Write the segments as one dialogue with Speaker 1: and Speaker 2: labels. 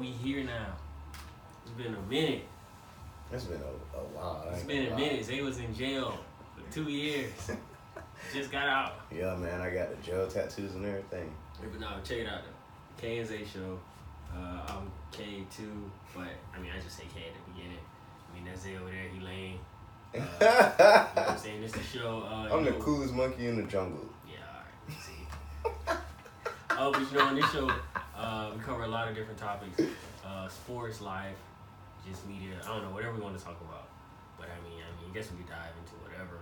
Speaker 1: now. It's been a minute.
Speaker 2: It's been a, a while. I
Speaker 1: It's
Speaker 2: ain't
Speaker 1: been a
Speaker 2: gonna lie.
Speaker 1: minute. They was in jail for two years. Just got out.
Speaker 2: Yeah, man, I got the gel tattoos and everything.
Speaker 1: Yeah, But no, check it out though. K and Z show. Uh, I'm K too, but I mean I just say K at the beginning. I mean that's it over there. He lame. Uh, you know what I'm saying? This the show. Uh,
Speaker 2: I'm
Speaker 1: you
Speaker 2: the
Speaker 1: know-
Speaker 2: coolest monkey in the jungle.
Speaker 1: Yeah, all right. See. oh, but you know on this show uh, we cover a lot of different topics. Uh, sports, life, just media. I don't know whatever we want to talk about. But I mean, I mean, I guess we dive into whatever.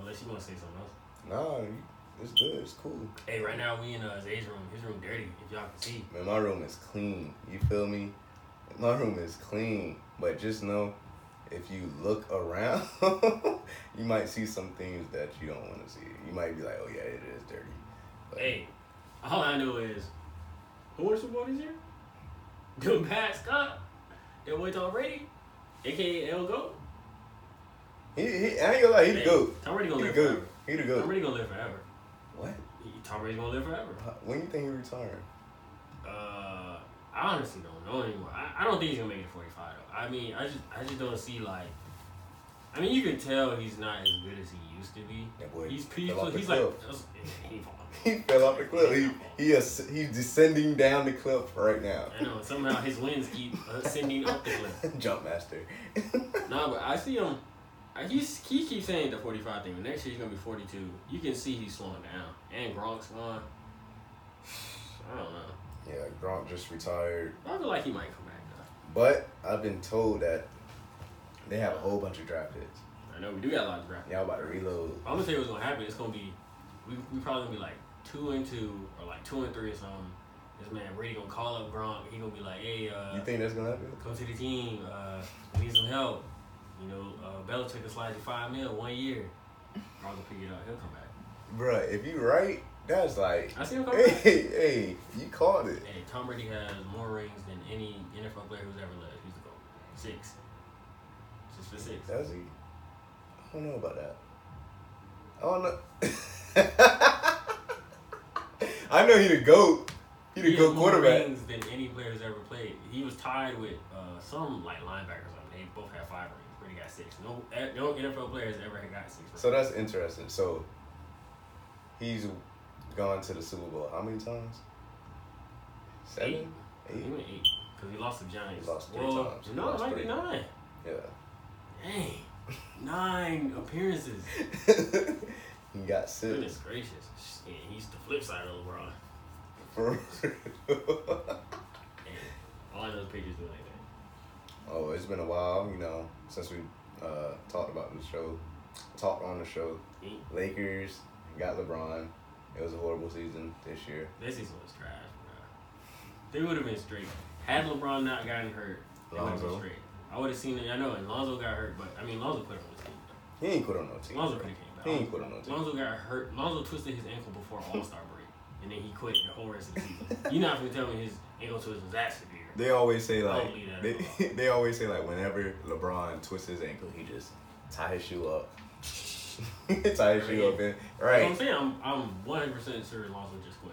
Speaker 1: Unless you want to say something else.
Speaker 2: Nah, you- it's good. It's cool.
Speaker 1: Hey, right now we in uh, Zay's room. His room dirty. If y'all can see.
Speaker 2: Man, my room is clean. You feel me? My room is clean. But just know, if you look around, you might see some things that you don't want to see. You might be like, oh, yeah, it is dirty. But,
Speaker 1: Hey, all I know is who are the supporters here? Them Pat Scott, that boy Tom Brady, aka El Go.
Speaker 2: He, he, I ain't gonna lie, he the GOAT.
Speaker 1: Tom Brady gonna
Speaker 2: He the
Speaker 1: live
Speaker 2: GOAT.
Speaker 1: forever.
Speaker 2: He the
Speaker 1: Tom
Speaker 2: GOAT.
Speaker 1: Brady gonna live forever.
Speaker 2: What?
Speaker 1: He- Tom Brady's gonna live forever.
Speaker 2: When you think he retiring?
Speaker 1: Uh, I honestly don't know anymore. I, I don't think he's gonna make it to 45 though. I mean, I just I just don't see like. I mean, you can tell he's not as good as he used to be.
Speaker 2: That boy
Speaker 1: He's
Speaker 2: fell off
Speaker 1: people.
Speaker 2: the
Speaker 1: He's like uh, oh,
Speaker 2: cliff.
Speaker 1: he fall off.
Speaker 2: He fell off the cliff. He, he is, he's descending down the cliff right now.
Speaker 1: I know. Somehow his wins keep ascending Uh, up the cliff.
Speaker 2: Jump master.
Speaker 1: Nah, but I see him. I- He's, he keeps saying the 45 thing. but Next year he's gonna be 42. You can see he's slowing down. And Gronk's gone. I don't know.
Speaker 2: yeah, Gronk just retired.
Speaker 1: I feel like he might come back though.
Speaker 2: But I've been told that they have a whole bunch of draft picks.
Speaker 1: I know we do got a lot of draft.
Speaker 2: Y'all about to reload.
Speaker 1: I'm gonna tell you what's gonna happen. It's gonna be we we probably gonna be like two and two or like two and three or something. This man Brady gonna call up Gronk. He gonna be like, hey, uh,
Speaker 2: You think that's gonna happen?
Speaker 1: come to the team. Uh, we need some help. You know, uh, Belichick will slide you five mil one year. Gronk gonna pick it up. He'll come back.
Speaker 2: Bruh, if you right, that's like
Speaker 1: I see him come
Speaker 2: Hey,
Speaker 1: back.
Speaker 2: hey, you called it.
Speaker 1: Hey, Tom Brady has more rings than any NFL player who's ever lived. He's the GOAT. Six. Just for six.
Speaker 2: Does he? I don't know about that. I don't know. I know he the GOAT. He the
Speaker 1: has
Speaker 2: GOAT
Speaker 1: more
Speaker 2: quarterback.
Speaker 1: rings than any player who's ever played. He was tied with uh, some like linebackers. I mean, they both had five rings. Brady got six. No, eh, no NFL player has ever got six rings.
Speaker 2: So that's interesting. So he's gone to the Super Bowl how many times?
Speaker 1: eight.
Speaker 2: Seven? Eight?
Speaker 1: He went eight because he lost to the Giants.
Speaker 2: He lost three
Speaker 1: Well,
Speaker 2: times. He
Speaker 1: No, it
Speaker 2: lost
Speaker 1: might be
Speaker 2: three.
Speaker 1: nine.
Speaker 2: Yeah.
Speaker 1: Dang, nine appearances.
Speaker 2: he got six.
Speaker 1: Goodness gracious. Yeah, he's the flip side of LeBron.
Speaker 2: For
Speaker 1: Hey, all I know is pictures do like that.
Speaker 2: oh, it's been a while, you know, since we uh, talked about the show, talked on the show.
Speaker 1: Eight.
Speaker 2: Lakers got LeBron. It was a horrible season this year.
Speaker 1: This season was trash, bro. They would have been straight. Had LeBron not gotten hurt, they would have been
Speaker 2: Lonzo.
Speaker 1: straight. I would have seen it. I know, and Lonzo got hurt, but I mean, Lonzo put him on the team.
Speaker 2: He ain't put on no team.
Speaker 1: Lonzo
Speaker 2: bro.
Speaker 1: could have came back.
Speaker 2: He ain't put on no team.
Speaker 1: Lonzo got hurt. Lonzo twisted his ankle before All Star break, and then he quit the whole rest of the season. You're not gonna tell me his ankle twist was that severe.
Speaker 2: They always say like
Speaker 1: don't believe that
Speaker 2: they,
Speaker 1: at all.
Speaker 2: they always say like whenever LeBron twists his ankle, he just tie his shoe up. tie his shoe up and
Speaker 1: That's what I'm
Speaker 2: right.
Speaker 1: saying I'm I'm 100 percent sure Lonzo just quit,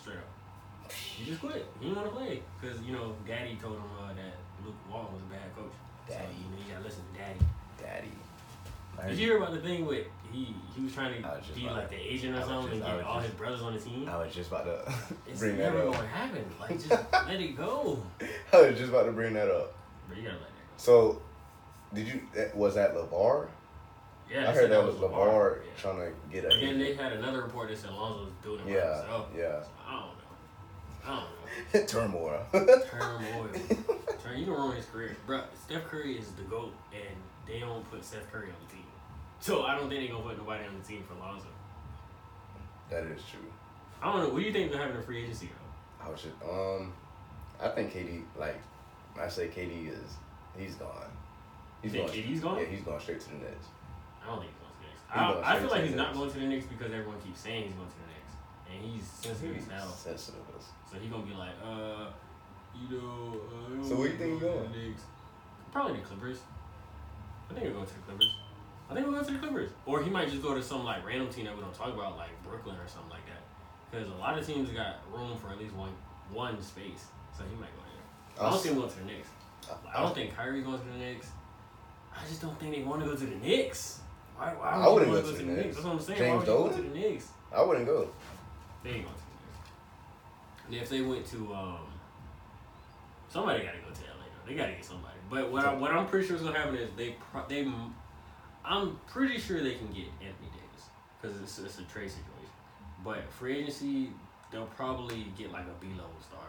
Speaker 1: straight up. He just quit. He didn't want to play because you know Daddy told him uh, that Luke Walton was a bad coach. so,
Speaker 2: Daddy.
Speaker 1: you, know, you gotta listen to Daddy.
Speaker 2: Daddy.
Speaker 1: Did you hear about the thing with he he was trying
Speaker 2: I
Speaker 1: to
Speaker 2: was just
Speaker 1: be
Speaker 2: about
Speaker 1: like
Speaker 2: to-
Speaker 1: the agent
Speaker 2: I
Speaker 1: or
Speaker 2: was
Speaker 1: something
Speaker 2: just- I
Speaker 1: and
Speaker 2: was
Speaker 1: get all
Speaker 2: just-
Speaker 1: his brothers on the team?
Speaker 2: I was just about to
Speaker 1: It's
Speaker 2: bring that
Speaker 1: never
Speaker 2: up.
Speaker 1: gonna happen. Like just let it go.
Speaker 2: I was just about to bring that up.
Speaker 1: But you gotta let that
Speaker 2: So, did you that- was that Levar?
Speaker 1: go. Yeah,
Speaker 2: I
Speaker 1: they said
Speaker 2: heard that was Levar
Speaker 1: Yeah.
Speaker 2: trying to get
Speaker 1: But then
Speaker 2: a
Speaker 1: they had another report that said Lonzo was doing it by
Speaker 2: Yeah,
Speaker 1: himself.
Speaker 2: yeah.
Speaker 1: So, I don't know. I
Speaker 2: turmoil.
Speaker 1: don't know. Turn him oil. Turn you gonna ruin his career. Bruh, Steph Curry is the GOAT and they don't put Steph Curry on the team. So I don't think they gonna put nobody on the team for Lonzo.
Speaker 2: that is true.
Speaker 1: I don't know, what do you think gonna happen in free agency though?
Speaker 2: I was just um, I think KD like when I say KD is he's gone.
Speaker 1: You think KD's gone?
Speaker 2: Yeah, he's going straight to the Nets.
Speaker 1: I don't think he's going to the Knicks.
Speaker 2: He going
Speaker 1: I, I feel
Speaker 2: straight
Speaker 1: like
Speaker 2: to
Speaker 1: he's
Speaker 2: the
Speaker 1: not
Speaker 2: Knicks.
Speaker 1: going to the Knicks because everyone keeps saying he's going to the Knicks, and he's sensitive as hell.
Speaker 2: sensitive. as-
Speaker 1: So he's gonna be like, uh, you know. Uh, I don't
Speaker 2: So where
Speaker 1: wanna
Speaker 2: you think he
Speaker 1: go to
Speaker 2: going?
Speaker 1: the Knicks. Probably the Clippers. I think he'll go to the Clippers. I think he'll go to the Clippers, or he might just go to some like random team that we don't talk about, like Brooklyn or something like that. Because a lot of teams got room for at least one one space, so he might go there. I don't think we'll go to the Knicks. I don't think Kyrie goes to the Knicks. I just don't think they want to go to the Knicks. Why, why would
Speaker 2: I
Speaker 1: you
Speaker 2: wouldn't
Speaker 1: wanna
Speaker 2: go to the Knicks.
Speaker 1: That's what I'm saying.
Speaker 2: James
Speaker 1: why would you go
Speaker 2: Dolan?
Speaker 1: to the Knicks?
Speaker 2: I wouldn't go.
Speaker 1: They ain't going to the Knicks. And if they went to, um, somebody got to go to LA. Though. They got to get somebody. But what, I, what I'm pretty sure is going to happen is they, pro- they, m- I'm pretty sure they can get Anthony Davis because it's, it's a trade situation. But free agency, they'll probably get like a B-level star.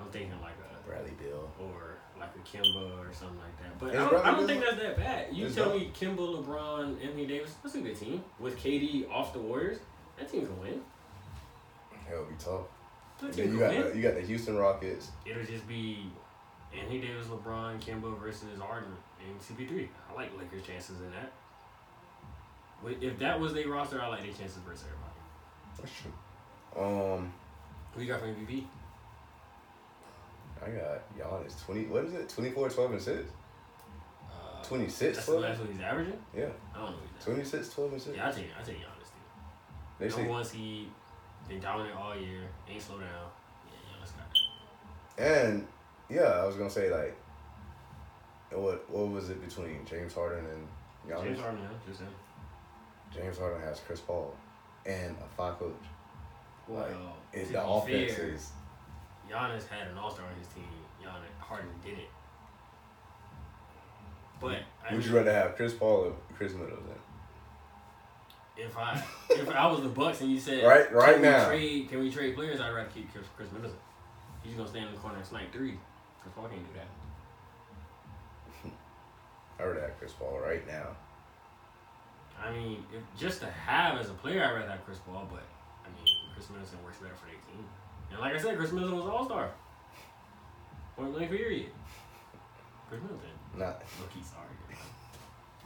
Speaker 1: I'm thinking like a
Speaker 2: Bradley Bill.
Speaker 1: or like a Kimba or something like that. But
Speaker 2: It's
Speaker 1: I don't, I don't
Speaker 2: probably-
Speaker 1: think that's that bad. You
Speaker 2: it's
Speaker 1: tell
Speaker 2: not.
Speaker 1: me Kimba, LeBron, Anthony Davis, that's a good team. With KD off the Warriors, that team can win.
Speaker 2: Hell, be tough.
Speaker 1: That
Speaker 2: Then
Speaker 1: team can
Speaker 2: you got
Speaker 1: win.
Speaker 2: the, you got the Houston Rockets.
Speaker 1: It'll just be Anthony Davis, LeBron, Kimba versus Harden and CP3. I like Lakers' chances in that. But If that was their roster, I like their chances versus everybody.
Speaker 2: That's true. Um,
Speaker 1: Who you got for MVP?
Speaker 2: I got Giannis twenty. What is it? 24, 12, and six.
Speaker 1: Uh,
Speaker 2: 26,
Speaker 1: That's, the-
Speaker 2: 12?
Speaker 1: that's what he's averaging?
Speaker 2: Yeah,
Speaker 1: I don't know what he's averaging.
Speaker 2: 26, 12, and six.
Speaker 1: Yeah, I take, I take Giannis, dude.
Speaker 2: They
Speaker 1: Number
Speaker 2: say,
Speaker 1: one seed, been dominant all year, ain't slow down. Yeah, Giannis got that.
Speaker 2: and yeah, I was gonna say like, what what was it between James Harden and Giannis?
Speaker 1: James Harden, yeah, just him.
Speaker 2: James Harden has Chris Paul and a five coach.
Speaker 1: Well,
Speaker 2: Like,
Speaker 1: Uh, to
Speaker 2: If
Speaker 1: be
Speaker 2: the offense
Speaker 1: fair,
Speaker 2: is
Speaker 1: Giannis had an All Star on his team. Giannis Harden didn't. But I
Speaker 2: Would
Speaker 1: mean,
Speaker 2: you rather have Chris Paul or Chris Middleton?
Speaker 1: if I if I was the Bucks and you said
Speaker 2: Right- right
Speaker 1: can
Speaker 2: now.
Speaker 1: we trade, can we trade players? I'd rather keep Chris, Chris Middleton. He's gonna stand in the corner and snipe three. Chris Paul can't do that.
Speaker 2: I would have Chris Paul right now.
Speaker 1: I mean, if, just to have as a player, I'd rather have Chris Paul, but I mean, Chris Middleton works better for their team. And like I said, Chris Middleton was an all star. Point blank, period. Chris Middleton.
Speaker 2: Not
Speaker 1: Look, he's sorry.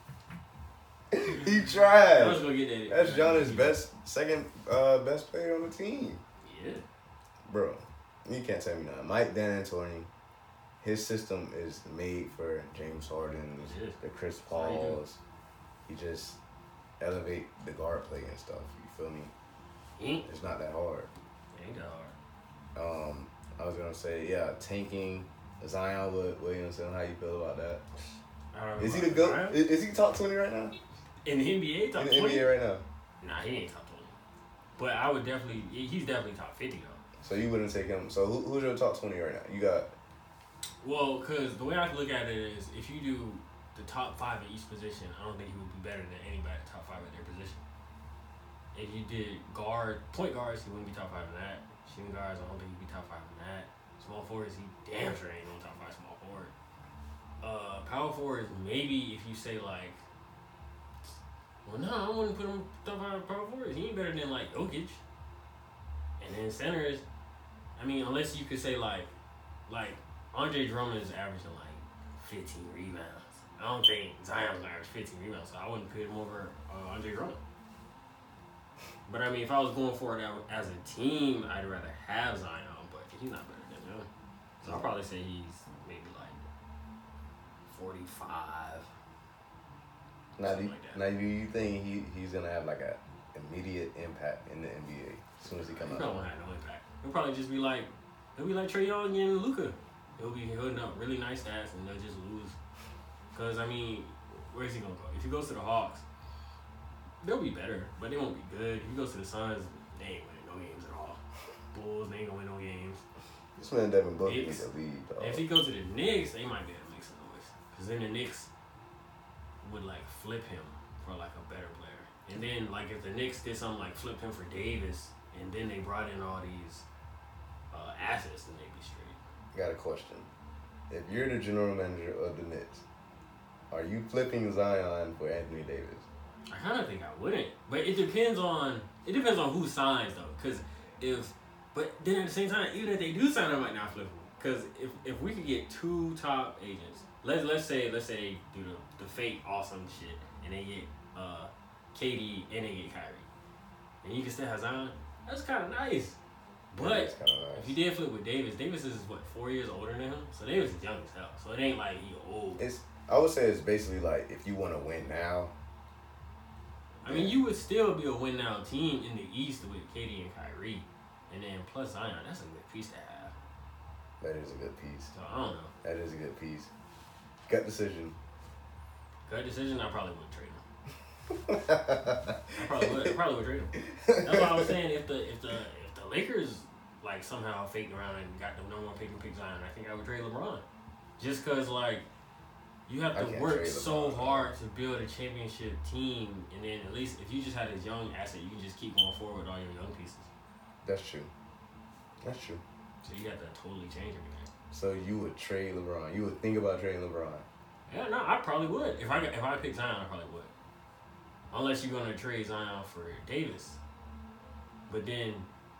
Speaker 2: he
Speaker 1: I was
Speaker 2: tried.
Speaker 1: gonna get that.
Speaker 2: That's Giannis' best second uh, best player on the team,
Speaker 1: Yeah.
Speaker 2: bro. You can't tell me nothing. Mike D'Antoni, his system is made for James Harden,
Speaker 1: It is.
Speaker 2: the Chris
Speaker 1: how you do it.
Speaker 2: Pauls. He just elevate the guard play and stuff. You feel me?
Speaker 1: He ain't,
Speaker 2: It's not that hard.
Speaker 1: he ain't that hard.
Speaker 2: Um, I was gonna say yeah, tanking Zion Wood- Williamson. How you feel about that?
Speaker 1: I don't know
Speaker 2: Is he the
Speaker 1: about
Speaker 2: goat?
Speaker 1: Zion.
Speaker 2: Is, is he top twenty right now?
Speaker 1: In the NBA, top
Speaker 2: In the
Speaker 1: 20?
Speaker 2: NBA right now.
Speaker 1: Nah, he ain't top 20. But I would definitely, he- he's definitely top 50, though.
Speaker 2: So you wouldn't take him. So who, who's your top twenty right now? You got
Speaker 1: Well, because the way I look at it is, if you do the top five at each position, I don't think he would be better than anybody top five at their position. If you did guard, point guards, he wouldn't be top five in that. Shooting guards, I don't think he'd be top five in that. Small forwards, he damn sure ain't no top five small forward. Uh, power forwards, maybe if you say like, well, no, I wouldn't put him top five power forwards. He ain't better than like Jokic. And then centers, I mean, unless you could say like, like Andre Drummond is averaging like 15 rebounds. I don't think Zion's gonna average 15 rebounds, so I wouldn't put him over uh, Andre Drummond. But I mean, if I was going for it as a team, I'd rather have Zion, but he's not better than him. So I'll probably say he's maybe like 45.
Speaker 2: now. Do,
Speaker 1: Something like that.
Speaker 2: now do you think he, he's gonna have like a immediate impact in the NBA as soon as he
Speaker 1: He
Speaker 2: come
Speaker 1: probably
Speaker 2: out?
Speaker 1: won't have no impact. He'll probably just be like, he'll be like Trey Young and Luca. He'll be holding up really nice stats and they'll just lose. Cause I mean, where is he gonna go? If he goes to the Hawks, they'll be better, but they won't be good. If he goes to the Suns, they ain't winning no games at all. Bulls, they ain't gonna win no games.
Speaker 2: This man Devin Booker
Speaker 1: Knicks.
Speaker 2: needs to leave. Dog.
Speaker 1: If he goes to the Knicks, they might be able to make some noise. Cause then the Knicks would like flip him for like a better player. And then like if the Knicks did something like flip him for Davis, and then they brought in all these uh, assets, then they'd be straight.
Speaker 2: Got a question. If you're the general manager of the Knicks, are you flipping Zion for Anthony Davis?
Speaker 1: I kind of think I wouldn't, but it depends on it depends on who signs though. Cause if but then at the same time, even if they do sign, I might not flip him. Cause if, if we could get two top agents, let's let's say let's say they do the, the fake awesome shit and they get uh KD and they get Kyrie, and you can still have Zion. That's kind of nice. But
Speaker 2: That's kinda
Speaker 1: if you
Speaker 2: nice.
Speaker 1: did flip with Davis, Davis is what four years older than him, so Davis is young as hell. So it ain't like he old.
Speaker 2: It's I would say it's basically like if you want to win now,
Speaker 1: I mean, you would still be a win now team in the East with KD and Kyrie, and then plus Zion. That's a good piece to have.
Speaker 2: That is a good piece.
Speaker 1: So I don't know.
Speaker 2: That is a good piece. Gut decision.
Speaker 1: Good decision. I probably would trade him. I probably would. I
Speaker 2: That's
Speaker 1: probably would trade him. That's why I was saying if the if the if the Lakers like somehow faked around and got the number one pick and pick Zion, I think I would trade LeBron. Just cause like you have
Speaker 2: I
Speaker 1: to
Speaker 2: can't
Speaker 1: work
Speaker 2: trade
Speaker 1: so
Speaker 2: LeBron.
Speaker 1: hard to build a championship team, and then at least if you just had this young asset, you can just keep going forward with all your young pieces.
Speaker 2: That's true. That's true.
Speaker 1: So you got to totally change everything.
Speaker 2: So you would trade LeBron. You would think about trading LeBron.
Speaker 1: Yeah, no, I probably would. If I got- if I picked Zion, I probably would. Unless you're gonna trade Zion for Davis, but then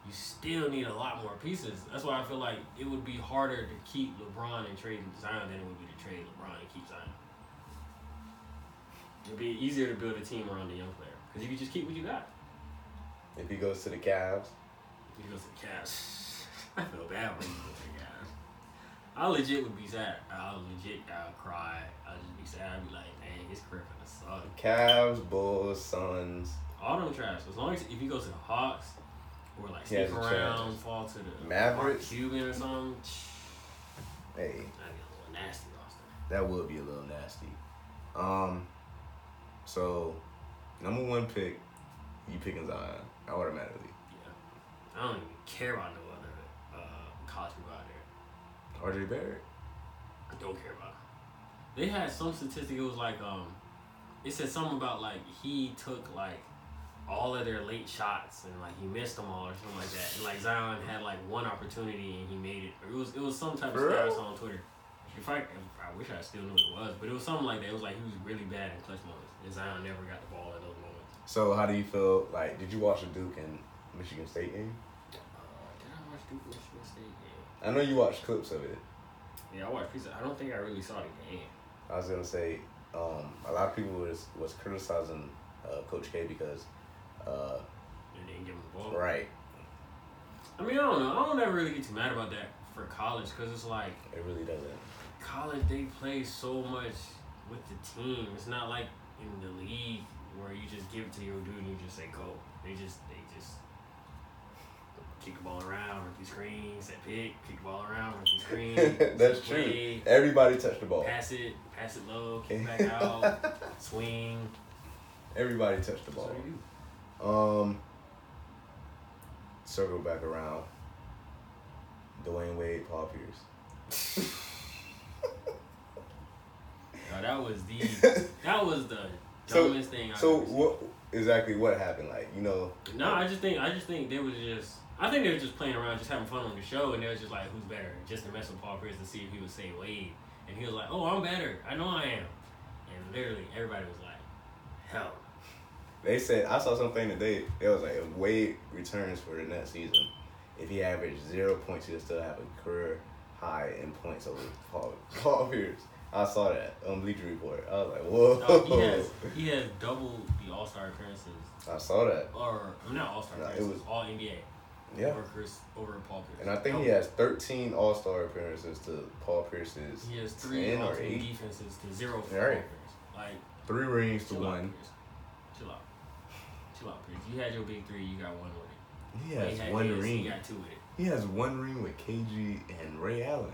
Speaker 1: you still need a lot more pieces. That's why I feel like it would be harder to keep LeBron and trade Zion than it would be to trade LeBron and keep Zion. It'd be easier to build a team around the young player because you can just keep what you got.
Speaker 2: If he goes to the Cavs,
Speaker 1: If you go to the Cavs, I feel bad when you go to the Cavs. I legit would be sad. I would legit, I would cry. I'd just be sad. I'd be like, dang, his career finna suck.
Speaker 2: Cavs, Bulls, Suns,
Speaker 1: All them trash. As long as if he goes to the Hawks or like
Speaker 2: He has
Speaker 1: stick
Speaker 2: a
Speaker 1: around, fall to the
Speaker 2: Mavericks?
Speaker 1: Mark Cuban or something, tch,
Speaker 2: hey,
Speaker 1: that'd be a little nasty roster.
Speaker 2: that would be a little nasty. Um, so number one pick, you picking Zion automatically.
Speaker 1: Yeah, I don't even care about no other uh, college people out there.
Speaker 2: RJ Barrett.
Speaker 1: I don't care about. Them. They had some statistic. It was like um, it said something about like he took like all of their late shots and like he missed them all or something like that. And like Zion had like one opportunity and he made it. Or It was it was some type of
Speaker 2: For real?
Speaker 1: status on Twitter. If I, if I wish I still knew what it was, but it was something like that. It was like he was really bad in clutch moments, and Zion never got the ball at those moments.
Speaker 2: So how do you feel? Like, did you watch the Duke and Michigan State game?
Speaker 1: Uh, did I watch Duke Michigan State game?
Speaker 2: I know you watched clips of it.
Speaker 1: Yeah, I watched pieces. I don't think I really saw the game.
Speaker 2: I was gonna say, um, a lot of people was was criticizing uh, Coach K because, uh,
Speaker 1: They didn't give him the ball.
Speaker 2: right,
Speaker 1: I mean, I don't know. I don't ever really get too mad about that for college because it's like
Speaker 2: it really doesn't.
Speaker 1: college they play so much with the team. It's not like in the league where you just give it to your dude and you just say go. They just they just kick the ball around, run through screens, set pick, kick the ball around, run through screens.
Speaker 2: That's
Speaker 1: set
Speaker 2: true.
Speaker 1: play,
Speaker 2: Everybody touched the ball.
Speaker 1: Pass it, pass it low, kick back out, swing.
Speaker 2: Everybody touched the
Speaker 1: That's what
Speaker 2: ball.
Speaker 1: they do.
Speaker 2: Um, circle back around. Dwayne Wade, Paul Pierce.
Speaker 1: Now, that was the that was the
Speaker 2: So-
Speaker 1: dumbest thing I've
Speaker 2: so
Speaker 1: ever seen.
Speaker 2: what exactly what happened? Like you know,
Speaker 1: No, I just think I just think they was just I think they were just playing around, just having fun on the show, and they was just like, "Who's better?" Just to mess with Paul Pierce to see if he would say Wade, and he was like, "Oh, I'm better. I know I am." And literally everybody was like, "Hell,
Speaker 2: they said I saw something today. It was like if Wade returns for the next season, if he averaged zero points, he'll still have a career high in points over Paul, Paul Pierce. I saw that on Bleacher Report. I was like,
Speaker 1: no,
Speaker 2: whoa!
Speaker 1: he has he has double the All Star appearances,
Speaker 2: I saw that.
Speaker 1: or I mean, not All Star
Speaker 2: No, it
Speaker 1: appearances,
Speaker 2: was-
Speaker 1: All NBA
Speaker 2: Yeah.
Speaker 1: over Chris over Paul Pierce."
Speaker 2: And I think he
Speaker 1: Double.
Speaker 2: has 13 All Star appearances to Paul Pierce's
Speaker 1: he has three
Speaker 2: 10 or
Speaker 1: All Team
Speaker 2: eight.
Speaker 1: defenses to zero for Paul
Speaker 2: Right.
Speaker 1: Pierce. Like
Speaker 2: three rings to
Speaker 1: chill out,
Speaker 2: one.
Speaker 1: Pierce. Chill out, chill out, Pierce. You had your big three. You got one with it.
Speaker 2: He
Speaker 1: He
Speaker 2: has
Speaker 1: had
Speaker 2: one
Speaker 1: his, He
Speaker 2: ring.
Speaker 1: got two with it.
Speaker 2: He has one ring with KG and Ray Allen.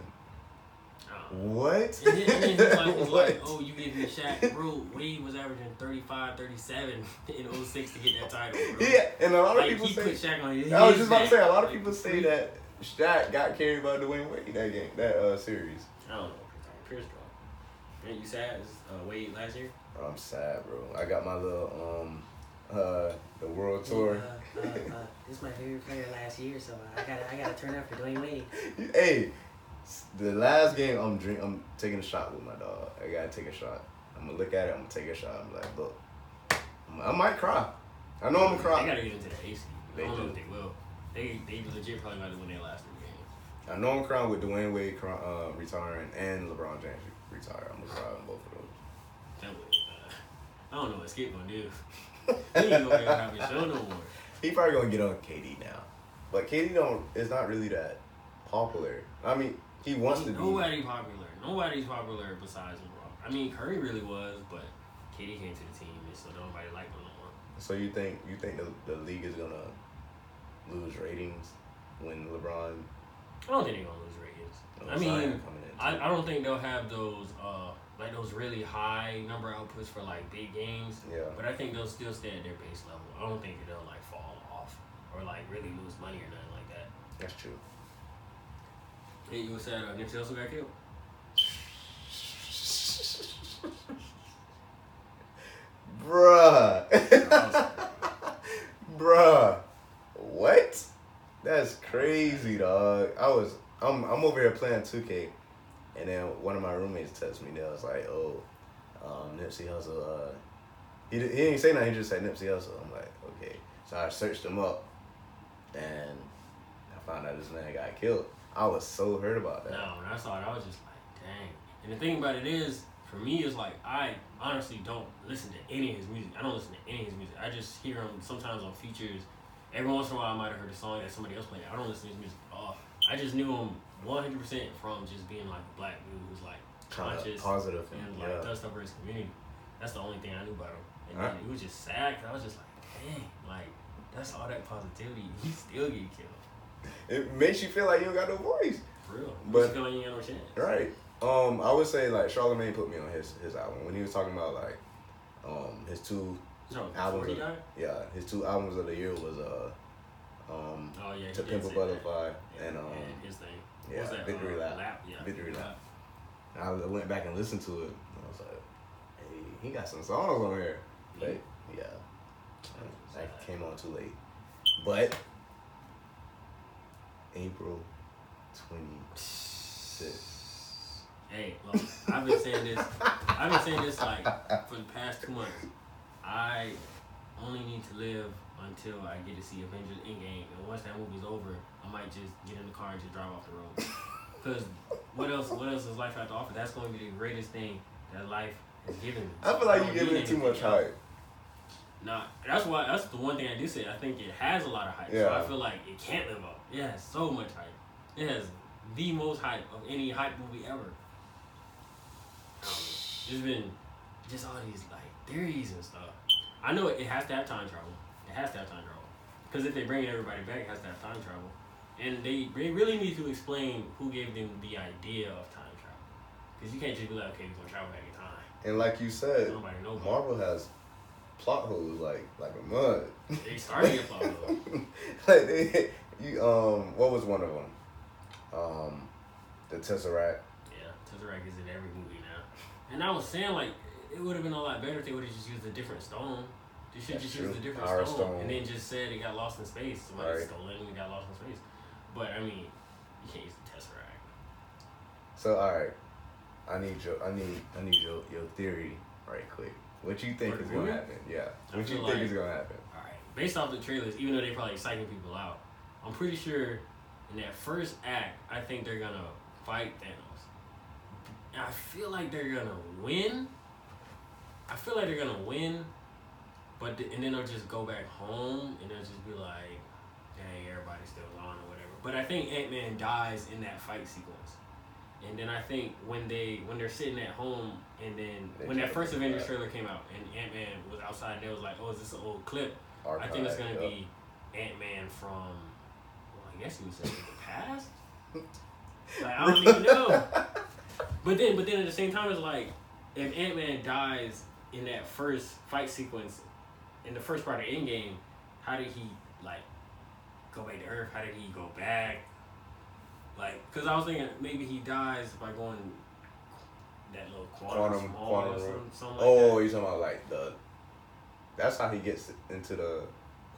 Speaker 1: Uh,
Speaker 2: What?
Speaker 1: and then, and then he's like, he's like,
Speaker 2: What?
Speaker 1: oh, you gave me Shaq. Bro, Wade was averaging 35, 37 in 06 to get that title. Bro.
Speaker 2: Yeah, and a lot of
Speaker 1: Like,
Speaker 2: people
Speaker 1: he put
Speaker 2: say.
Speaker 1: Shaq on his
Speaker 2: I was just about to
Speaker 1: back.
Speaker 2: say, a lot of
Speaker 1: Like,
Speaker 2: people say
Speaker 1: we-
Speaker 2: that Shaq got carried by Dwayne Wade that game, that uh, series.
Speaker 1: I don't know. Pierce dropped. Man, you sad? It's, Uh, Wade last year?
Speaker 2: I'm sad, bro. I got my little um, uh, the world tour.
Speaker 3: Uh, uh, uh, this is my favorite player last year, so I gotta, I gotta turn up for Dwayne Wade.
Speaker 2: hey, s- the last game I'm drink, I'm taking a shot with my dog. I gotta take a shot. I'm gonna look at it. I'm gonna take a shot. I'm like, look, I'm- I might cry. I know I'm gonna
Speaker 1: They got
Speaker 2: cry.
Speaker 1: to get into the AC.
Speaker 2: They
Speaker 1: I don't know if
Speaker 2: do.
Speaker 1: they will. They, they legit probably about to win their last three games.
Speaker 2: I know I'm crying with Dwayne Wade cry, uh, retiring and LeBron James retiring. I'm gonna cry on both of those.
Speaker 1: That would, uh, I don't know what Skip gonna do. He ain't gonna be able to have his show no more.
Speaker 2: He probably gonna get on KD now, but KD don't is not really that popular. I mean, he wants to
Speaker 1: Ain't
Speaker 2: be.
Speaker 1: nobody popular. Nobody's popular besides LeBron. I mean, Curry really was, but Katie came to the team, and so nobody liked him no
Speaker 2: So you think you think the, the league is gonna lose ratings when LeBron
Speaker 1: more. I don't think they're gonna lose ratings. I mean, I, I don't think they'll have those uh like those really high number outputs for like big games,
Speaker 2: yeah.
Speaker 1: but I think they'll still stay at their base level. I don't think they'll like fall off or like really lose money or nothing like that.
Speaker 2: That's true.
Speaker 1: Hey, you was sad uh, Nipsey Hussle got killed.
Speaker 2: Bruh. Bruh. What? That's crazy, dog. I was I'm I'm over here playing 2K and then one of my roommates texted me. They was like, "Oh, um, Nipsey Hussle." Uh, he di- he didn't say nothing. He just said Nipsey Hussle. I'm like, okay. So I searched him up, and I found out this man got killed. I was so hurt about that.
Speaker 1: No, when I saw it, I was just like, dang. And the thing about it is, for me, is like I honestly don't listen to any of his music. I don't listen to any of his music. I just hear him sometimes on features. Every once in a while, I might have heard a song that somebody else played. I don't listen to his music at all. I just knew him 100% from just being like a black dude who's like
Speaker 2: Kinda
Speaker 1: conscious
Speaker 2: positive.
Speaker 1: and like
Speaker 2: yeah.
Speaker 1: dust over his community. That's the only thing I knew about him. And
Speaker 2: Alright.
Speaker 1: then it was just sad. 'cause I was just like, dang, like that's all that positivity. He still get killed.
Speaker 2: It makes you feel like you don't got no voice.
Speaker 1: For real.
Speaker 2: But-
Speaker 1: But, you ain't got no chance.
Speaker 2: Right. Um, I would say like Charlamagne put me on his his album when he was talking about like, um, his two
Speaker 1: So,
Speaker 2: Albums
Speaker 1: 40
Speaker 2: are-
Speaker 1: died?
Speaker 2: yeah his two albums of the year was uh, um,
Speaker 1: Oh yeah,
Speaker 2: To
Speaker 1: he did
Speaker 2: Pimp a
Speaker 1: say that.
Speaker 2: Butterfly
Speaker 1: Yeah,
Speaker 2: and um,
Speaker 1: and his thing. What
Speaker 2: yeah,
Speaker 1: was that?
Speaker 2: Victory
Speaker 1: Uh,
Speaker 2: Lap.
Speaker 1: Yeah,
Speaker 2: Victory Lap. And I went back and listened to it. And I was like, hey, he got some songs on here. But yeah, that came on too late. But April 26th.
Speaker 1: Hey, look, I've been saying this. I've been saying this like for the past two months. I only need to live until I get to see Avengers Endgame, and once that movie's over, I might just get in the car and just drive off the road. Cause what else? What else does life have to offer? That's going to be the greatest thing that life has given me.
Speaker 2: I feel
Speaker 1: I
Speaker 2: like
Speaker 1: don't
Speaker 2: you're giving
Speaker 1: need
Speaker 2: it too
Speaker 1: anything
Speaker 2: much
Speaker 1: else.
Speaker 2: hype.
Speaker 1: Nah, that's why. That's the one thing I do say. I think it has a lot of hype. So
Speaker 2: Yeah.
Speaker 1: I feel like it can't live up. It has so much hype. It has the most hype of any hype movie ever. I don't know. There's been just all these like theories and stuff. I know it has to have time travel. It has to have time travel because if they bring everybody back, it has to have time travel. And they, they really need to explain who gave them the idea of time travel. Because you can't just be like, okay, we're gonna travel back in time.
Speaker 2: And like you said,
Speaker 1: Nobody knows.
Speaker 2: Marvel has plot holes like like a mud.
Speaker 1: They started a plot hole.
Speaker 2: like they, you um, what was one of them? Um, the Tesseract.
Speaker 1: Yeah, Tesseract is in every movie now. And I was saying like it would have been a lot better if they would have just used a different stone. They should
Speaker 2: That's
Speaker 1: just
Speaker 2: true.
Speaker 1: use a different
Speaker 2: Power
Speaker 1: stone,
Speaker 2: stone.
Speaker 1: and then just said it got lost in space. Somebody
Speaker 2: Right.
Speaker 1: stole it and it got lost in space. But I mean, you can't use the Tesseract.
Speaker 2: So all right, I need your I need I need your your theory right quick. What you
Speaker 1: For
Speaker 2: think
Speaker 1: the
Speaker 2: is gonna
Speaker 1: movie?
Speaker 2: happen? Yeah.
Speaker 1: I
Speaker 2: What you
Speaker 1: feel
Speaker 2: think
Speaker 1: like-
Speaker 2: is gonna happen?
Speaker 1: All right. Based off the trailers, even though they probably psyching people out, I'm pretty sure in that first act, I think they're gonna fight Thanos. And I feel like they're gonna win. I feel like they're gonna win, but th- and then they'll just go back home and they'll just be like, "Dang, everybody's still on or whatever." But I think Ant Man dies in that fight sequence, and then I think when they when they're sitting at home and then
Speaker 2: They
Speaker 1: when
Speaker 2: try
Speaker 1: that
Speaker 2: to
Speaker 1: first
Speaker 2: bring it
Speaker 1: Avengers
Speaker 2: back.
Speaker 1: trailer came out and Ant Man was outside and they was like, "Oh, is this an old clip?" I
Speaker 2: Archive,
Speaker 1: think it's gonna
Speaker 2: yeah.
Speaker 1: be Ant Man from. Well, I guess you would say the past. Like I don't even know. But then, but then at the same time, it's like if Ant Man dies in that first fight sequence, in the first part of Endgame, how did he like go back to Earth? How did he go back? Like, cause I was thinking maybe he dies by going that little quantum,
Speaker 2: Quantum-
Speaker 1: hall or
Speaker 2: quantum
Speaker 1: some,
Speaker 2: room.
Speaker 1: something like
Speaker 2: oh,
Speaker 1: that.
Speaker 2: you're talking about like the. That's how he gets into the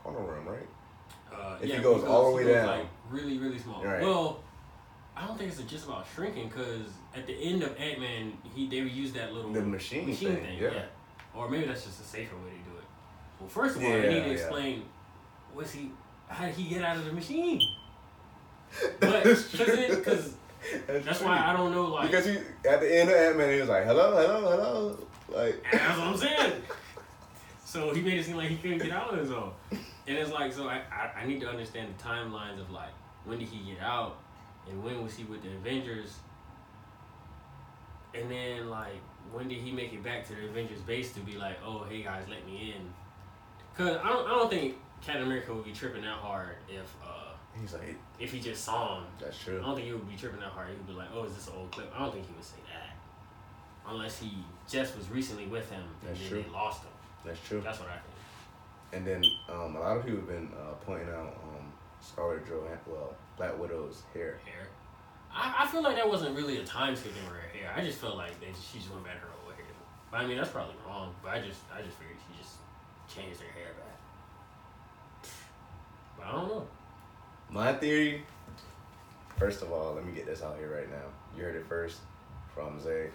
Speaker 2: corner room, right?
Speaker 1: Uh,
Speaker 2: If
Speaker 1: yeah,
Speaker 2: he goes
Speaker 1: because
Speaker 2: all the
Speaker 1: he
Speaker 2: way
Speaker 1: goes,
Speaker 2: down.
Speaker 1: like really, really small.
Speaker 2: Right.
Speaker 1: Well, I don't think it's just about shrinking because at the end of Ant Man, he they used that little
Speaker 2: The machine,
Speaker 1: machine
Speaker 2: thing, yeah.
Speaker 1: Or maybe that's just a safer way to do it. Well, first of all,
Speaker 2: Yeah,
Speaker 1: they need to
Speaker 2: yeah.
Speaker 1: explain what's he, how did he get out of the machine? But
Speaker 2: That's
Speaker 1: because
Speaker 2: true.
Speaker 1: that's why I don't know. Like
Speaker 2: Because he at the end of Ant Man, he was like, "Hello, hello, hello," like.
Speaker 1: And that's what I'm saying. So he made it seem like he couldn't get out of his own. And it's like, so I, I, I need to understand the timelines of like, when did he get out? And when was he with the Avengers? And then like, when did he make it back to the Avengers base to be like, oh, hey guys, let me in? Because I don't, I don't think Captain America would be tripping that hard if uh,
Speaker 2: He's like,
Speaker 1: If he just saw him,
Speaker 2: that's
Speaker 1: I
Speaker 2: true.
Speaker 1: don't think he would be tripping that hard. He'd be like, "Oh, is this an old clip?" I don't think he would say that, unless he just was recently with him and
Speaker 2: That's
Speaker 1: then
Speaker 2: true.
Speaker 1: they lost him.
Speaker 2: That's true.
Speaker 1: That's what I think.
Speaker 2: And then um, a lot of people have been uh, pointing out um, Scarlett Johansson, well, Black Widow's hair.
Speaker 1: Hair. I, I feel like that wasn't really a time skip in her hair. I just felt like they she just went back to her old hair. But I mean, that's probably wrong. But I just I just figured she just changed her hair back. But I don't know.
Speaker 2: My theory. First of all, let me get this out here right now. You heard it first from Zay.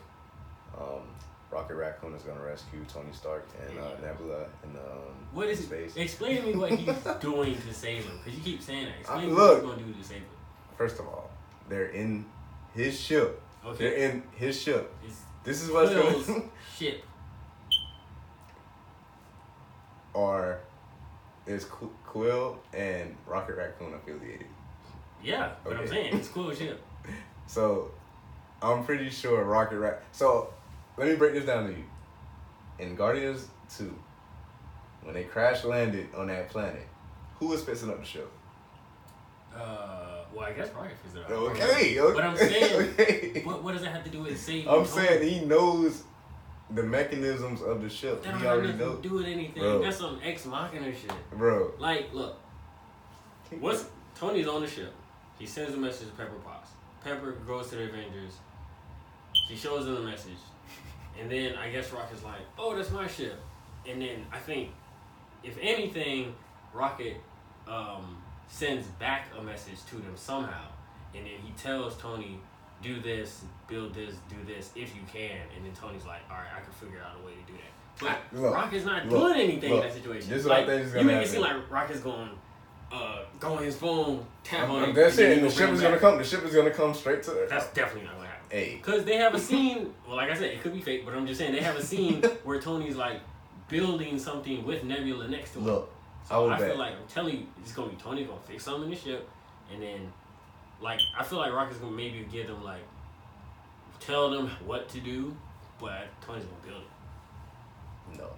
Speaker 2: Um, Rocket Raccoon is gonna rescue Tony Stark and uh, Nebula and um,
Speaker 1: What is
Speaker 2: space.
Speaker 1: Explain to me what he's doing to save him, because you keep saying that. Explain
Speaker 2: Uh,
Speaker 1: to me
Speaker 2: look.
Speaker 1: what he's gonna do to save him.
Speaker 2: First of all, they're in his ship. They're
Speaker 1: Okay,
Speaker 2: in his ship.
Speaker 1: it's
Speaker 2: This is what's
Speaker 1: Will's
Speaker 2: going.
Speaker 1: ship.
Speaker 2: Or is Qu- Quill and Rocket Raccoon affiliated?
Speaker 1: Yeah, but I'm
Speaker 2: Okay.
Speaker 1: saying it's cool ship.
Speaker 2: So I'm pretty sure Rocket Rac. So let me break this down to you. In Guardians 2, when they crash landed on that planet, who was fixing up the ship?
Speaker 1: Uh, well, I guess Rocket figures it out.
Speaker 2: Okay, okay.
Speaker 1: But I'm saying,
Speaker 2: okay.
Speaker 1: what, what does that have to do with saving?
Speaker 2: I'm
Speaker 1: Tony?
Speaker 2: saying he knows the mechanisms of the ship.
Speaker 1: That don't
Speaker 2: He
Speaker 1: have
Speaker 2: already
Speaker 1: nothing to
Speaker 2: knows.
Speaker 1: do with anything.
Speaker 2: Bro.
Speaker 1: That's some ex machina shit.
Speaker 2: Bro.
Speaker 1: Like, look, what's Tony's on the ship? He sends a message to Pepper Potts. Pepper goes to the Avengers. She shows them the message, and then I guess Rocket's like, "Oh, that's my ship." And then I think, if anything, Rocket um, sends back a message to them somehow, and then he tells Tony, "Do this, build this, do this if you can." And then Tony's like, "All right, I can figure out a way to do that." But
Speaker 2: Look,
Speaker 1: Rocket's not
Speaker 2: look,
Speaker 1: doing anything
Speaker 2: look.
Speaker 1: in that situation.
Speaker 2: This is what I
Speaker 1: like,
Speaker 2: think is
Speaker 1: you
Speaker 2: gonna
Speaker 1: make it seem
Speaker 2: happen.
Speaker 1: like Rocket's going, uh, go on his phone, tap on
Speaker 2: I'm-
Speaker 1: it.
Speaker 2: That's
Speaker 1: and
Speaker 2: it.
Speaker 1: then
Speaker 2: And the
Speaker 1: he'll
Speaker 2: ship
Speaker 1: bring
Speaker 2: is
Speaker 1: it
Speaker 2: gonna
Speaker 1: back.
Speaker 2: come. The ship is gonna come straight to Earth.
Speaker 1: That's definitely not gonna happen.
Speaker 2: hey.
Speaker 1: Because they have a scene, well, like I said, it could be fake, but I'm just saying, they have a scene where Tony's like building something with Nebula next to him.
Speaker 2: Look, I
Speaker 1: so
Speaker 2: would
Speaker 1: I, feel
Speaker 2: bet.
Speaker 1: like, I'm telling you, it's gonna be Tony gonna fix something in the ship, and then, like, I feel like Rocket's gonna maybe give them, like, tell them what to do, but Tony's gonna build it.
Speaker 2: no.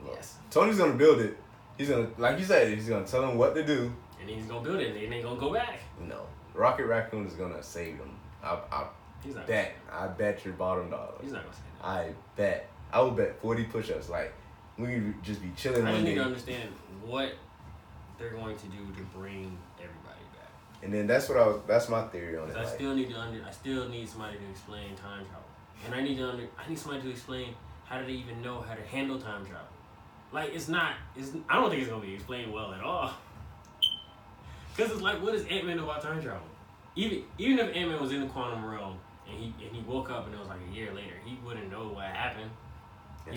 Speaker 2: Look.
Speaker 1: Yes.
Speaker 2: Tony's gonna build it. He's gonna, like you said, he's gonna tell him what to do.
Speaker 1: And he's gonna build it, and they ain't gonna go back.
Speaker 2: No, Rocket Raccoon is gonna save him. I, I
Speaker 1: He's not
Speaker 2: bet. I bet your bottom dollar.
Speaker 1: He's not gonna say that.
Speaker 2: I bet. I would bet forty push-ups. Like we could just be chilling
Speaker 1: I
Speaker 2: one
Speaker 1: just need
Speaker 2: day,
Speaker 1: to understand what they're going to do to bring everybody back.
Speaker 2: and then that's what I was. That's my theory on it.
Speaker 1: 'Cause I
Speaker 2: like,
Speaker 1: still need to under, I still need somebody to explain time travel, and I need to under, I need somebody to explain how do they even know how to handle time travel. Like it's not, it's I don't think it's gonna be explained well at all. Cause it's like, what does Ant Man know about time travel? Even even if Ant Man was in the quantum realm and he and he woke up and it was like a year later, he wouldn't know what happened.
Speaker 2: that's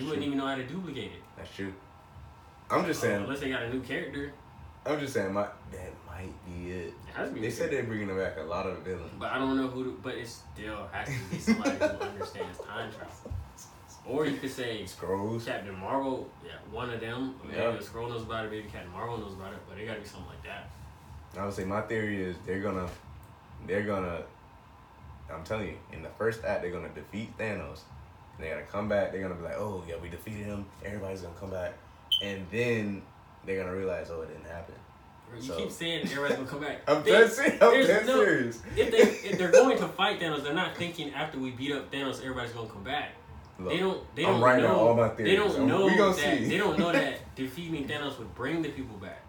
Speaker 1: he
Speaker 2: true.
Speaker 1: wouldn't even know how to duplicate it.
Speaker 2: That's true. I'm just
Speaker 1: Uh,
Speaker 2: saying.
Speaker 1: unless they got a new character,
Speaker 2: I'm just saying. My that might be it.
Speaker 1: it has to be. a
Speaker 2: They
Speaker 1: new
Speaker 2: said they're bringing back a lot of villains.
Speaker 1: But I don't know who. To, but it still has to be somebody who understands time travel. Or you could say
Speaker 2: Scrolls.
Speaker 1: Captain Marvel. Yeah, one of them. Maybe
Speaker 2: Yeah.
Speaker 1: the Scroll knows about it. Maybe Captain Marvel knows about it. But it got to be something like that.
Speaker 2: I would say my theory is they're gonna, they're gonna. I'm telling you, in the first act, they're gonna defeat Thanos. And they're gonna come back. They're gonna be like, oh yeah, we defeated him. Everybody's gonna come back, and then they're gonna realize, oh, it didn't happen.
Speaker 1: You
Speaker 2: So-
Speaker 1: keep saying everybody's gonna come back.
Speaker 2: I'm
Speaker 1: They-
Speaker 2: dead serious. I'm
Speaker 1: there's
Speaker 2: dead
Speaker 1: no-
Speaker 2: serious.
Speaker 1: If they if they're going to fight Thanos, they're not thinking after we beat up Thanos, everybody's gonna come back.
Speaker 2: Look,
Speaker 1: they don't. They
Speaker 2: I'm
Speaker 1: don't
Speaker 2: writing
Speaker 1: know.
Speaker 2: down all my
Speaker 1: they
Speaker 2: theories. I'm-
Speaker 1: don't know
Speaker 2: we gonna
Speaker 1: that.
Speaker 2: see.
Speaker 1: They don't know that defeating Thanos would bring the people back.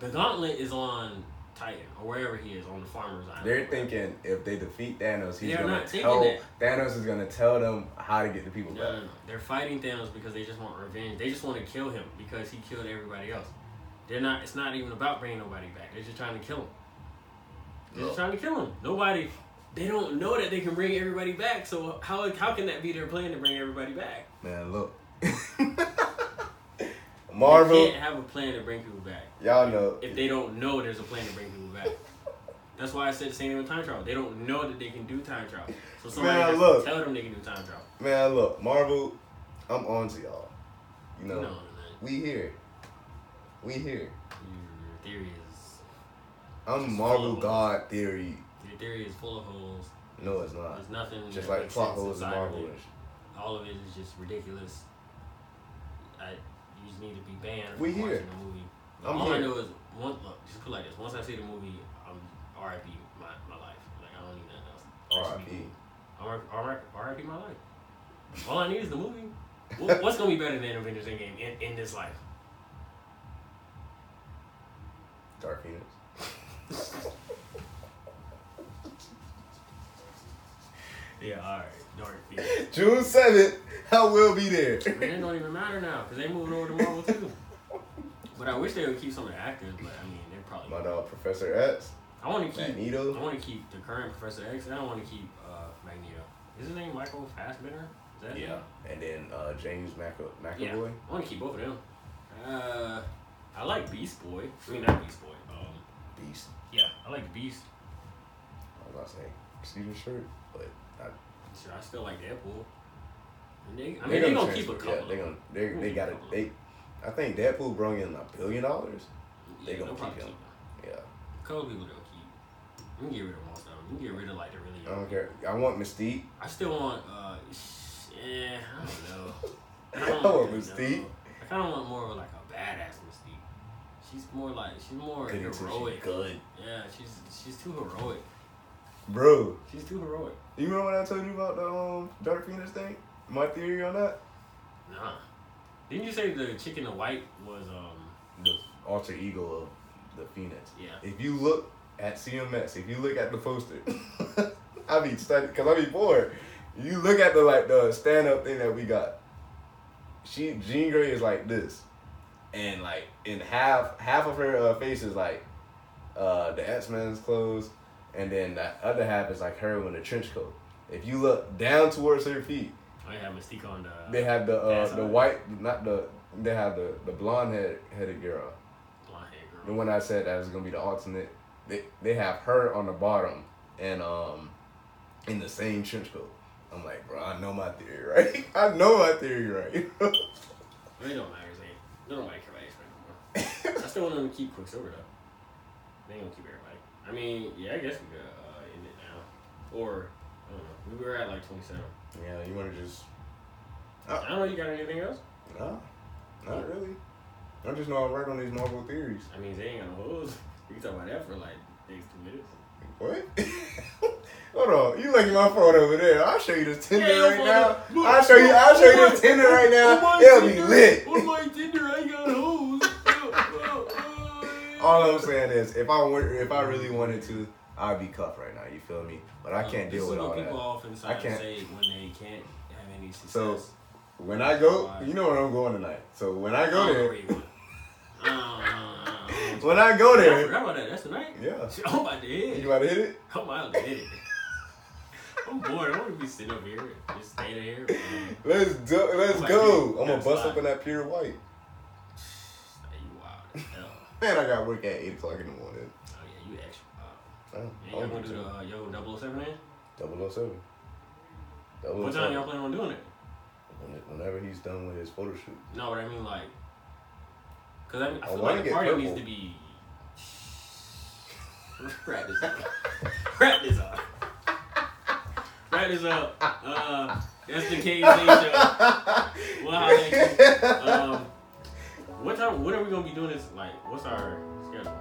Speaker 1: The gauntlet is on Titan or wherever he is on the farmer's island.
Speaker 2: They're thinking if they defeat Thanos, he's
Speaker 1: They're
Speaker 2: gonna
Speaker 1: not thinking
Speaker 2: tell
Speaker 1: that.
Speaker 2: Thanos is gonna tell them how to get the people
Speaker 1: No, no,
Speaker 2: back.
Speaker 1: no. They're fighting Thanos because they just want revenge. They just want to kill him because he killed everybody else. They're not. It's not even about bringing nobody back. They're just trying to kill him. They're just
Speaker 2: Look.
Speaker 1: trying to kill him. Nobody. They don't know that they can bring everybody back. So how how can that be their plan to bring everybody back?
Speaker 2: Man, look.
Speaker 1: They
Speaker 2: Marvel,
Speaker 1: can't have a plan to bring people back
Speaker 2: y'all know.
Speaker 1: if they don't know there's a plan to bring people back. That's why I said the same thing with time travel. They don't know that they can do time travel. So somebody
Speaker 2: Man,
Speaker 1: has
Speaker 2: look.
Speaker 1: to tell them they can do time travel.
Speaker 2: Man, look, Marvel, I'm on to y'all. You
Speaker 1: No,
Speaker 2: know,
Speaker 1: no, no.
Speaker 2: we here. We here.
Speaker 1: Your theory is
Speaker 2: I'm
Speaker 1: Just
Speaker 2: Marvel
Speaker 1: follow
Speaker 2: God theory.
Speaker 1: your theory is full of holes.
Speaker 2: No, it's not.
Speaker 1: There's nothing.
Speaker 2: Just
Speaker 1: that
Speaker 2: like
Speaker 1: makes
Speaker 2: plot
Speaker 1: sense
Speaker 2: holes in
Speaker 1: inside of
Speaker 2: Marvel.
Speaker 1: it.
Speaker 2: and shit.
Speaker 1: All of it is just ridiculous. I, you just need to be banned
Speaker 2: We
Speaker 1: from
Speaker 2: here.
Speaker 1: watching the movie.
Speaker 2: I'm
Speaker 1: All I
Speaker 2: here.
Speaker 1: know is one, look, just put it like this. Once I see the movie, I'm RIP my, my life. Like I don't need nothing else.
Speaker 2: R.I.P.
Speaker 1: RIP my life. All I need is the movie. What- What's gonna be better than Avengers Endgame in, in this life?
Speaker 2: Dark Phoenix.
Speaker 1: Yeah, all right, Dark Phoenix.
Speaker 2: June seventh, I will be there.
Speaker 1: I mean, it don't even matter now because they moving over to Marvel too. But I wish they would keep some of the actors. But I mean, they're probably.
Speaker 2: My dog Professor X,
Speaker 1: I want to keep. I
Speaker 2: Magneto.
Speaker 1: want to keep the current Professor X, and I want to keep uh, Magneto. Is his name Michael Fassbender? Is that his
Speaker 2: Yeah,
Speaker 1: name?
Speaker 2: and then uh, James Maca-
Speaker 1: Yeah.
Speaker 2: McAvoy.
Speaker 1: I want to keep both of them. Uh, I like Beast Boy. I mean, not Beast Boy. Um,
Speaker 2: Beast.
Speaker 1: yeah, I like Beast.
Speaker 2: I was about to say Steven Shirt, but I,
Speaker 1: Sure, I still like Deadpool. And they, I mean, they're gonna keep a
Speaker 2: transfer-
Speaker 1: couple.
Speaker 2: Yeah, they
Speaker 1: of
Speaker 2: gonna
Speaker 1: them.
Speaker 2: they
Speaker 1: We'll
Speaker 2: they
Speaker 1: keep
Speaker 2: got
Speaker 1: a
Speaker 2: to
Speaker 1: couple.
Speaker 2: They, I think Deadpool brought in a billion dollars. they
Speaker 1: Yeah,
Speaker 2: gonna
Speaker 1: they'll
Speaker 2: keep
Speaker 1: probably
Speaker 2: him.
Speaker 1: them.
Speaker 2: Yeah,
Speaker 1: A couple people they'll keep. You can get rid of most of them. You can get rid of like the really
Speaker 2: I
Speaker 1: young.
Speaker 2: don't care. I want Mystique.
Speaker 1: I still want. Uh, sh- eh, I don't know. I
Speaker 2: I
Speaker 1: don't
Speaker 2: want
Speaker 1: really
Speaker 2: Mystique.
Speaker 1: know. I kind of want more of like a badass Mystique. She's more like she's more
Speaker 2: Couldn't say she
Speaker 1: heroic.
Speaker 2: Good,
Speaker 1: Yeah, she's she's too heroic.
Speaker 2: bro.
Speaker 1: She's too heroic.
Speaker 2: You remember what I told you about the um, Dark Phoenix thing? My theory on that?
Speaker 1: Nah. Didn't you say the chick in the white was um
Speaker 2: The alter ego of the Phoenix.
Speaker 1: yeah.
Speaker 2: If you look at CMS, if you look at the poster, I be studying because I be bored. You look at the like the stand up thing that we got. She Jean Grey is like this, and like in half half of her uh, face is like uh, the X Men's clothes, and then the other half is like her with a trench coat. If you look down towards her feet,
Speaker 1: I had Mystique on the
Speaker 2: They have the uh,
Speaker 1: That's
Speaker 2: the
Speaker 1: all right.
Speaker 2: white, not the. They have the the blonde head headed girl.
Speaker 1: blonde hair
Speaker 2: The
Speaker 1: girl.
Speaker 2: one I said that was gonna be the alternate. They they have her on the bottom and um, in the same trench coat. I'm like, bro, I know my theory, right? I know my theory, right?
Speaker 1: It don't matter, they they don't like everybody right anymore. I still want them to keep Quicksilver though. They ain't gonna keep everybody. I mean, yeah, I guess we could uh, end it now. Or I don't know. We were at like twenty seven.
Speaker 2: yeah, you wanna just
Speaker 1: I don't know, you got anything else?
Speaker 2: no, not really. I just know I'm right on these Marvel theories.
Speaker 1: I mean they ain't got no hoes. We can talk about that for like next two minutes.
Speaker 2: What? Hold on, you looking at my phone over there? I'll show you this Tinder
Speaker 1: Yeah,
Speaker 2: right
Speaker 1: hold
Speaker 2: now.
Speaker 1: up. Look,
Speaker 2: I'll show you.
Speaker 1: look,
Speaker 2: I'll show you
Speaker 1: look,
Speaker 2: this Tinder right
Speaker 1: On
Speaker 2: now.
Speaker 1: my
Speaker 2: It'll be
Speaker 1: Tinder-
Speaker 2: lit.
Speaker 1: On my Tinder, I got hoes. Oh, oh, oh.
Speaker 2: All I'm saying is, if I were, if I really wanted to, I'd be cuffed right now. You feel me? But I can't
Speaker 1: Um, this
Speaker 2: deal with
Speaker 1: is
Speaker 2: all
Speaker 1: what people
Speaker 2: that.
Speaker 1: often
Speaker 2: I can't.
Speaker 1: say when they can't have any success.
Speaker 2: So, When I go,
Speaker 1: Why?
Speaker 2: you know where I'm going tonight. So when I
Speaker 1: I
Speaker 2: go
Speaker 1: don't know
Speaker 2: there,
Speaker 1: where you went. I don't know.
Speaker 2: when I go
Speaker 1: Uh, I
Speaker 2: there,
Speaker 1: forgot about that. That's tonight. Oh,
Speaker 2: yeah,
Speaker 1: Shit, I'm about to hit.
Speaker 2: you
Speaker 1: it.
Speaker 2: about to hit it?
Speaker 1: I'm about to hit it. Oh, I'm bored. I want to be sitting up here, just staying here. Um,
Speaker 2: Let's do, let's
Speaker 1: Might
Speaker 2: go.
Speaker 1: be.
Speaker 2: I'm gonna
Speaker 1: That's
Speaker 2: bust
Speaker 1: fine.
Speaker 2: up in that pure white.
Speaker 1: you wild as hell.
Speaker 2: Man, I got work at eight o'clock in the morning.
Speaker 1: Oh yeah, you extra wild.
Speaker 2: Oh,
Speaker 1: Yeah, y'all gonna do the uh, yo 007 in?
Speaker 2: Double O seven. Double O
Speaker 1: What time y'all
Speaker 2: seven.
Speaker 1: planning on doing it?
Speaker 2: Whenever he's done with his photo shoot.
Speaker 1: No, but I mean like, cause I, I
Speaker 2: I
Speaker 1: feel
Speaker 2: wanna
Speaker 1: like the
Speaker 2: get
Speaker 1: party
Speaker 2: purple.
Speaker 1: needs to be. Wrap this up. Wrap this up. Wrap this up. Uh, that's the KZ show. We'll holler at you. Um, what time? When are we gonna be doing this? Like, what's our schedule?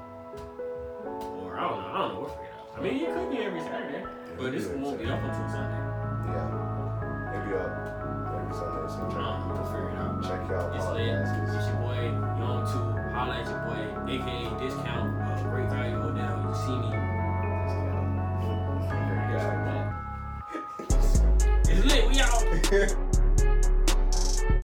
Speaker 1: Or I don't know. I don't know. We'll figure it out. I mean, it could be every Saturday, but this won't be up until Sunday.
Speaker 2: Yeah. Maybe I'll every Sunday
Speaker 1: I
Speaker 2: sometime.
Speaker 1: don't know. We'll figure it out.
Speaker 2: Check y'all
Speaker 1: It's lit.
Speaker 2: podcasts.
Speaker 1: It's your boy, Young Two. Holla at your boy, aka Discount. Uh, great value Odell. You see me.
Speaker 2: Discount.
Speaker 1: It's lit. We out.
Speaker 2: Very good.